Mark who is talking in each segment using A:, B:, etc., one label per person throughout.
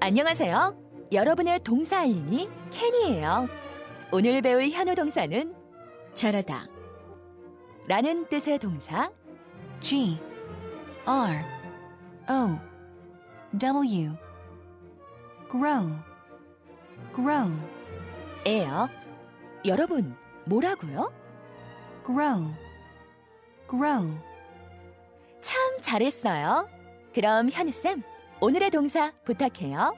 A: 안녕하세요. 여러분의 동사 알림이 캔이에요. 오늘 배울 현우 동사는
B: 잘하다.
A: 라는 뜻의 동사
B: G R O W grow grow
A: 예요. 여러분, 뭐라고요?
B: grow grow
A: 참 잘했어요. 그럼 현우쌤, 오늘의 동사 부탁해요.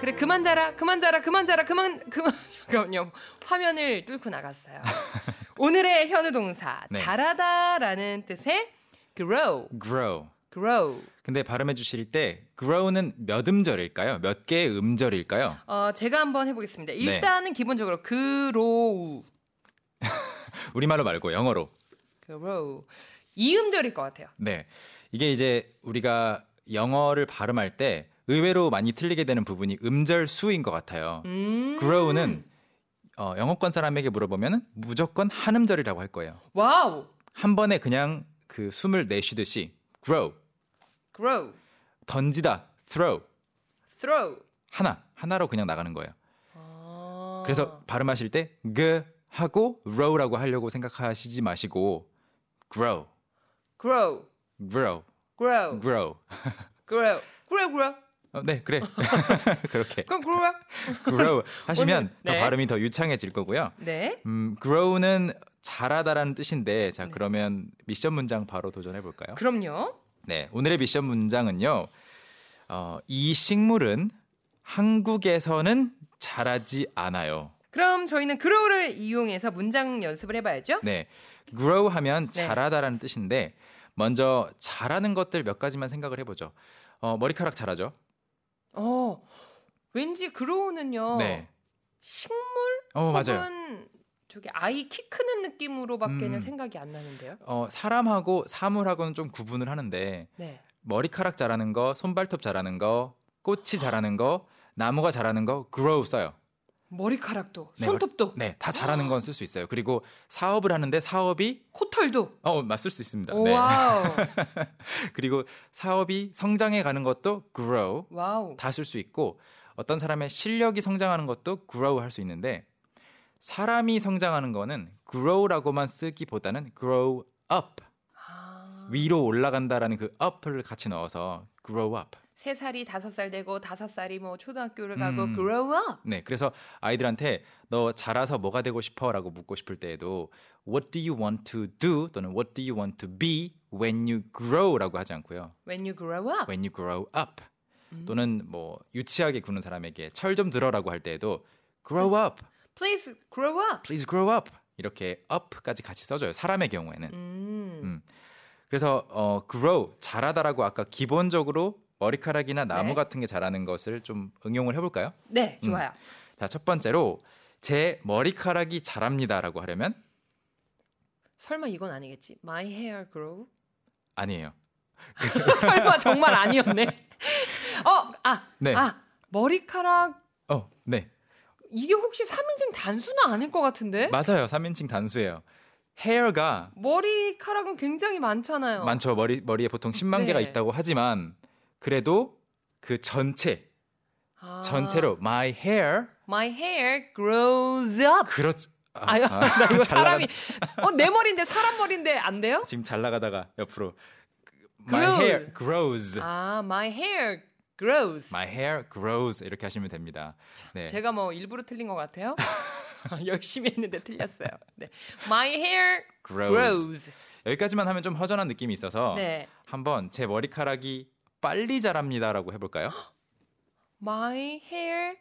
C: 그래 그만 자라 그만 자라 그만 자라 그만 그만 잠깐만요 화면을 뚫고 나갔어요 오늘의 현우 동사
D: 네.
C: 자라다라는 뜻의 grow
D: grow.
C: grow
D: 근데 발음해 주실 때 grow는 몇 음절일까요? 몇 개의 음절일까요?
C: 어 제가 한번 해보겠습니다
D: 네.
C: 일단은 기본적으로 grow
D: 우리말로 말고 영어로.
C: grow 이음절일 것 같아요
D: 네. 이게 이제 우리가 영어를 발음할 때 의외로 많이 틀리게 되는 부분이 음절 수인 것 같아요.
C: 음.
D: grow는 어, 영어권 사람에게 물어보면 무조건 한 음절이라고 할 거예요.
C: 와우
D: 한 번에 그냥 그 숨을 내쉬듯이 grow
C: grow
D: 던지다 throw
C: throw
D: 하나 하나로 그냥 나가는 거예요.
C: 아.
D: 그래서 발음하실 때 g 하고 row라고 하려고 생각하시지 마시고 grow,
C: grow
D: grow,
C: grow
D: grow.
C: grow grow grow
D: 어, 네, 그래. 그렇게
C: 그럼 grow
D: grow 하시면
C: 오늘,
D: 더
C: 네.
D: 발음이 더 유창해질 거고요.
C: 네
D: 음, grow는 자라다라는 뜻인데 자 그러면 미션 문장 바로 도전해 볼까요?
C: 그럼요
D: 네, 오늘의 미션 문장은요. 어, 이 식물은 한국에서는 자라지 않아요.
C: 그럼 저희는 grow를 이용해서 문장 연습을 해봐야죠
D: 네. grow 하면
C: 네.
D: 자라다라는 뜻인데 먼저 자라는 것들 몇 가지만 생각을 해 보죠. 어, 머리카락 자라죠?
C: 어, 왠지 그로우는요.
D: 네.
C: 식물
D: 어,
C: 혹은
D: 맞아요.
C: 저기 아이 키 크는 느낌으로밖에는
D: 음.
C: 생각이 안 나는데요.
D: 어, 사람하고 사물하고는 좀 구분을 하는데
C: 네.
D: 머리카락 자라는 거, 손발톱 자라는 거, 꽃이 자라는 거, 나무가 자라는 거 grow 써요.
C: 머리카락도,
D: 네,
C: 손톱도,
D: 네, 다 자라는 건 쓸 수 있어요. 그리고 사업을 하는데 사업이
C: 코털도.
D: 어, 맞을 수 있습니다.
C: 오,
D: 네.
C: 와우.
D: 그리고 사업이 성장해 가는 것도 grow
C: 와우.
D: 다 쓸 수 있고 어떤 사람의 실력이 성장하는 것도 grow 할 수 있는데 사람이 성장하는 거는 grow라고만 쓰기보다는 grow up
C: 아,
D: 위로 올라간다라는 그 up을 같이 넣어서 grow up.
C: 세 살이 다섯 살 되고 다섯 살이 뭐 초등학교를 가고
D: 음.
C: grow up.
D: 네, 그래서 아이들한테 너 자라서 뭐가 되고 싶어라고 묻고 싶을 때에도 what do you want to do 또는 what do you want to be when you grow라고 하지 않고요.
C: When you grow up.
D: when you grow up
C: 음.
D: 네. 또는 뭐 유치하게 구는 사람에게 철 좀 들어라고 할 때에도 grow up,
C: Please grow up.
D: please grow up 이렇게 up까지 같이 써줘요. 사람의 경우에는
C: 음.
D: 음. 그래서 어, grow 자라다라고 아까 기본적으로 머리카락이나 나무
C: 네.
D: 같은 게 자라는 것을 좀 응용을 해볼까요?
C: 네, 좋아요.
D: 자 첫 번째로 제 머리카락이 자랍니다라고 하려면
C: 설마 이건 아니겠지? My hair grow.
D: 아니에요.
C: 설마 정말 아니었네. 어, 아,
D: 네.
C: 아, 머리카락
D: 어, 네
C: 이게 혹시 3인칭 단수는 아닐 것 같은데?
D: 맞아요. 3인칭 단수예요. hair가
C: 머리카락은 굉장히 많잖아요.
D: 많죠. 머리 머리에 보통 10만
C: 어. 네.
D: 개가 있다고 하지만 그래도 그 전체
C: 아,
D: 전체로 my hair
C: My hair grows up.
D: 그렇지. 아,
C: 아유,
D: 아,
C: 나 이거
D: 잘
C: 사람이 어, 내 머리인데 사람 머리인데 안 돼요?
D: 지금 잘 나가다가 옆으로 그, my
C: Grows.
D: hair grows.
C: 아, my hair grows.
D: my hair grows 이렇게 하시면 됩니다. 네.
C: 제가 뭐 일부러 틀린 것 같아요. 열심히 했는데 틀렸어요. 네. My hair
D: grows.
C: grows.
D: 여기까지만 하면 좀 허전한 느낌이 있어서
C: 네.
D: 한번 제 머리카락이 빨리 자랍니다라고 해 볼까요?
C: My hair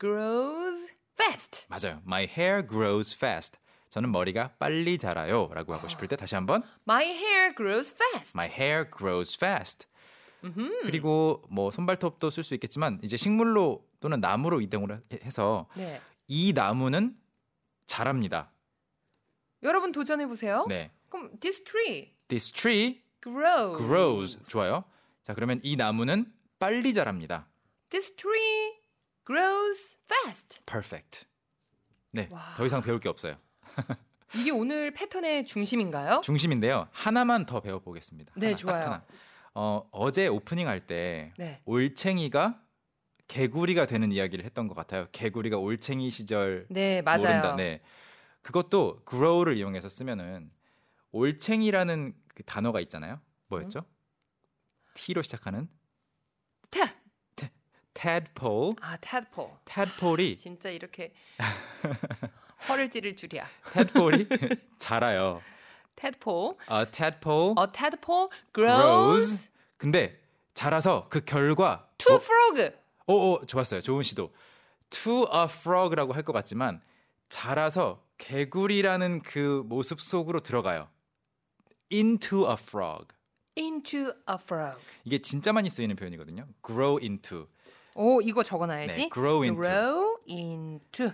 C: grows fast.
D: 맞아요. My hair grows fast. 저는 머리가 빨리 자라요라고 하고 싶을 때 다시 한번
C: My hair grows fast.
D: My hair grows fast. 그리고 뭐 손발톱도 쓸 수 있겠지만 이제 식물로 또는 나무로 이동을 해- 해서
C: 네.
D: 이 나무는 자랍니다.
C: 여러분 도전해 보세요.
D: 네.
C: 그럼 this tree
D: This tree
C: grows.
D: grows. 좋아요. 자, 그러면 이 나무는 빨리 자랍니다.
C: This tree grows fast.
D: Perfect. 네.
C: 와.
D: 더 이상 배울 게 없어요.
C: 이게 오늘 패턴의 중심인가요?
D: 중심인데요. 하나만 더 배워보겠습니다.
C: 네,
D: 하나, 딱
C: 좋아요.
D: 하나. 어, 어제 오프닝 할 때
C: 네.
D: 올챙이가 개구리가 되는 이야기를 했던 것 같아요. 개구리가 올챙이 시절
C: 네, 맞아요.
D: 모른다. 네. 그것도 grow를 이용해서 쓰면은 올챙이라는 그 단어가 있잖아요. 뭐였죠?
C: 음?
D: T로 시작하는
C: 태.
D: 태- tadpole.
C: 아, tadpole.
D: tadpole이
C: 진짜 이렇게 허를 찌를 줄이야.
D: tadpole이 자라요.
C: tadpole.
D: 아, tadpole
C: A tadpole 어, grows,
D: grows. 근데 자라서 그 결과
C: to frog.
D: 오, 오, 좋았어요. 좋은 시도. To a frog라고 할 것 같지만 자라서 개구리라는 그 모습 속으로 들어가요. Into a frog.
C: into a frog.
D: 이게 진짜 많이 쓰이는 표현이거든요. Grow into.
C: 오, 이거 적어놔야지.
D: 네, grow into.
C: grow into.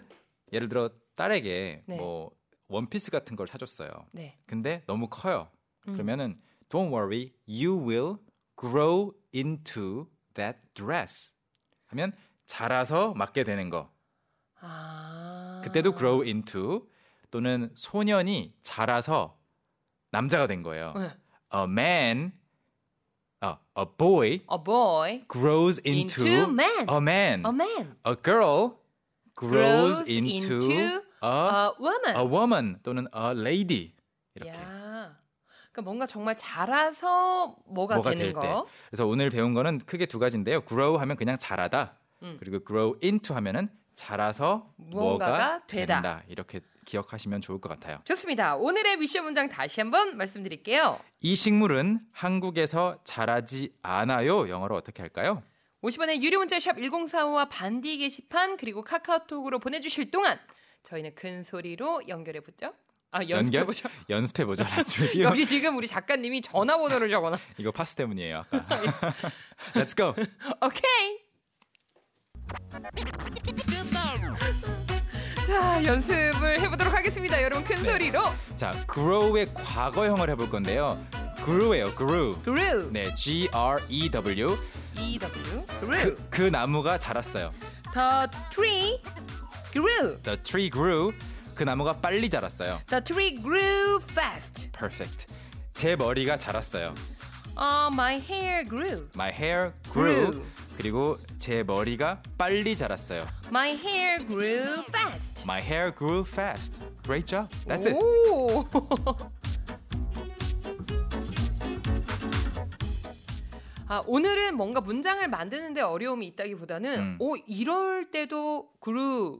D: 예를 들어 딸에게
C: 네.
D: 뭐 원피스 같은 걸 사줬어요.
C: 네.
D: 근데 너무 커요.
C: 음.
D: 그러면은 Don't worry, you will grow into that dress. 하면 자라서 맞게 되는 거.
C: 아.
D: 그때도 grow into 또는 소년이 자라서 남자가 된 거예요.
C: 네.
D: A man, 아, a boy
C: A boy
D: grows into,
C: into man.
D: a man.
C: A man.
D: A girl grows,
C: grows
D: into,
C: into
D: a,
C: A 아, woman.
D: a woman 또는 a lady 이렇게
C: 야. 그러니까 뭔가 정말 자라서 뭐가,
D: 뭐가
C: 되는
D: 될 때.
C: 거.
D: 그래서 오늘 배운 거는 크게 두 가지인데요. grow 하면 그냥 자라다.
C: 음.
D: 그리고 grow into 하면은 자라서
C: 무언가가
D: 뭐가
C: 되다.
D: 이렇게 기억하시면 좋을 것 같아요.
C: 좋습니다. 오늘의 미션 문장 다시 한번 말씀드릴게요.
D: 이 식물은 한국에서 자라지 않아요. 영어로 어떻게 할까요?
C: 50원의 유료 문자 샵 1045와 반디 게시판 그리고 카카오톡으로 보내주실 동안 저희는 큰 소리로 연결해 보죠. 아 연습해 보죠.
D: 연습해 보죠. 라디오.
C: 여기 지금 우리 작가님이 전화번호를 적어놔.
D: 이거 파스 때문이에요. 아까. Let's go.
C: 오케이. 자 연습을 해보도록 하겠습니다. 여러분 큰
D: 네.
C: 소리로
D: 자, grow의 과거형을 해볼 건데요. grew예요. grew.
C: grew,
D: 네, G R E W.
C: E W
D: 그,
C: grew,
D: 그 나무가 자랐어요.
C: the tree grew,
D: The tree grew. 그 나무가 빨리 자랐어요.
C: the tree grew fast.
D: Perfect. 제 머리가 자랐어요.
C: Oh, my hair grew.
D: My hair grew.
C: Grew.
D: 그리고 제 머리가 빨리 자랐어요.
C: My hair grew fast.
D: My hair grew fast. Great job. That's it.
C: 오. 아, 오늘은 뭔가 문장을 만드는데 어려움이 있다기보다는
D: 음.
C: 오 이럴 때도 grew,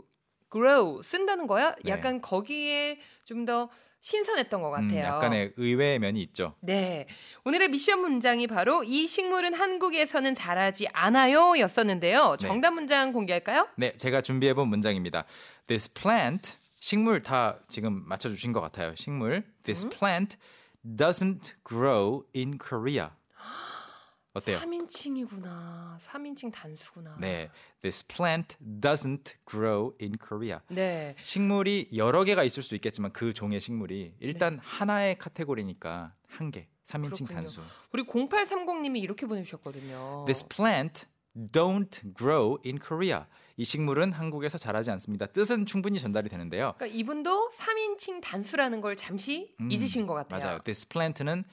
C: grow 쓴다는 거야?
D: 네.
C: 약간 거기에 좀 더 신선했던 것
D: 음,
C: 같아요.
D: 약간의 의외의 면이 있죠.
C: 네. 오늘의 미션 문장이 바로 이 식물은 한국에서는 자라지 않아요 였었는데요.
D: 네.
C: 정답 문장 공개할까요?
D: 네, 제가 준비해본 문장입니다. This plant 식물 다 지금 맞춰주신 것 같아요. 식물
C: 음?
D: This plant doesn't grow in Korea. 어때요?
C: 3인칭이구나. 3인칭 단수구나.
D: 네, This plant doesn't grow in Korea.
C: 네.
D: 식물이 여러 개가 있을 수 있겠지만 그 종의 식물이 일단 하나의 카테고리니까 한 개, 3인칭
C: 그렇군요. 어.
D: 단수.
C: 우리 0830님이 이렇게 보내주셨거든요.
D: This plant don't grow in Korea. 이 식물은 한국에서 자라지 않습니다. 뜻은 충분히 전달이 되는데요.
C: 그러니까 이분도 3인칭 단수라는 걸 잠시
D: 음,
C: 잊으신 것 같아요.
D: 맞아요. This plant는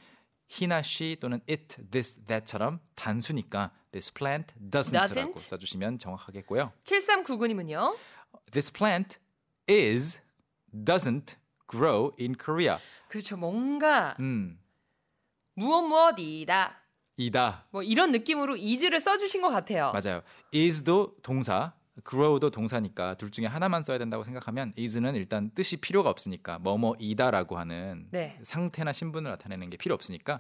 D: 히나 she 또는 it, this, that처럼 단수니까 this plant doesn't라고
C: Doesn't.
D: 써주시면 정확하겠고요.
C: 7399님은요.
D: This plant is doesn't grow in Korea.
C: 그렇죠. 뭔가
D: 음,
C: 무엇 무엇이다.
D: 이다.
C: 뭐 이런 느낌으로 is를 써주신 것 같아요.
D: 맞아요. is도 동사, grow도 동사니까 둘 중에 하나만 써야 된다고 생각하면 is는 일단 뜻이 필요가 없으니까 뭐뭐이다라고 하는
C: 네.
D: 상태나 신분을 나타내는 게 필요 없으니까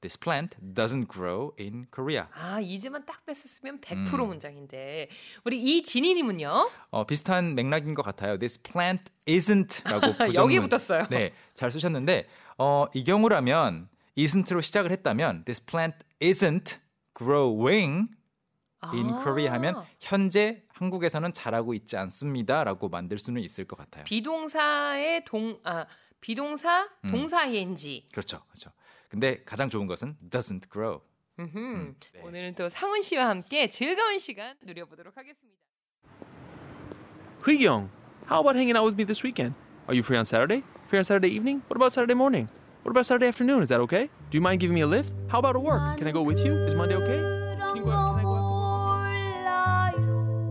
D: this plant doesn't grow in Korea.
C: 아, 이즈만 딱 뺐었으면 100%
D: 음.
C: 문장인데. 우리 이진희님은요?
D: 어, 비슷한 맥락인 것 같아요. This plant isn't라고 부정문.
C: 아, 여기 붙었어요.
D: 네, 잘 쓰셨는데 어, 이 경우라면 isn't로 시작을 했다면 this plant isn't growing 네, in
C: 아,
D: Korea 하면 현재 한국에서는 잘하고 있지 않습니다라고 만들 수는 있을 것 같아요.
C: 비동사의 동, 아, 비동사,
D: 음.
C: 동사 ing.
D: 그렇죠, 그렇죠. 근데 가장 좋은 것은 doesn't grow.
C: 음흠.
D: 네.
C: 오늘은 또 상훈 씨와 함께 즐거운 시간 누려보도록 하겠습니다.
E: Young, how about hanging out with me this weekend? Are you free on Saturday? Free on Saturday evening? What about Saturday morning? What about Saturday afternoon? Is that okay? Do you mind giving me a lift? How about a work? Can I go with you? Is Monday okay? Can you go out? Can I go out?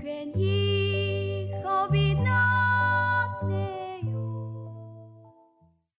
F: 괜히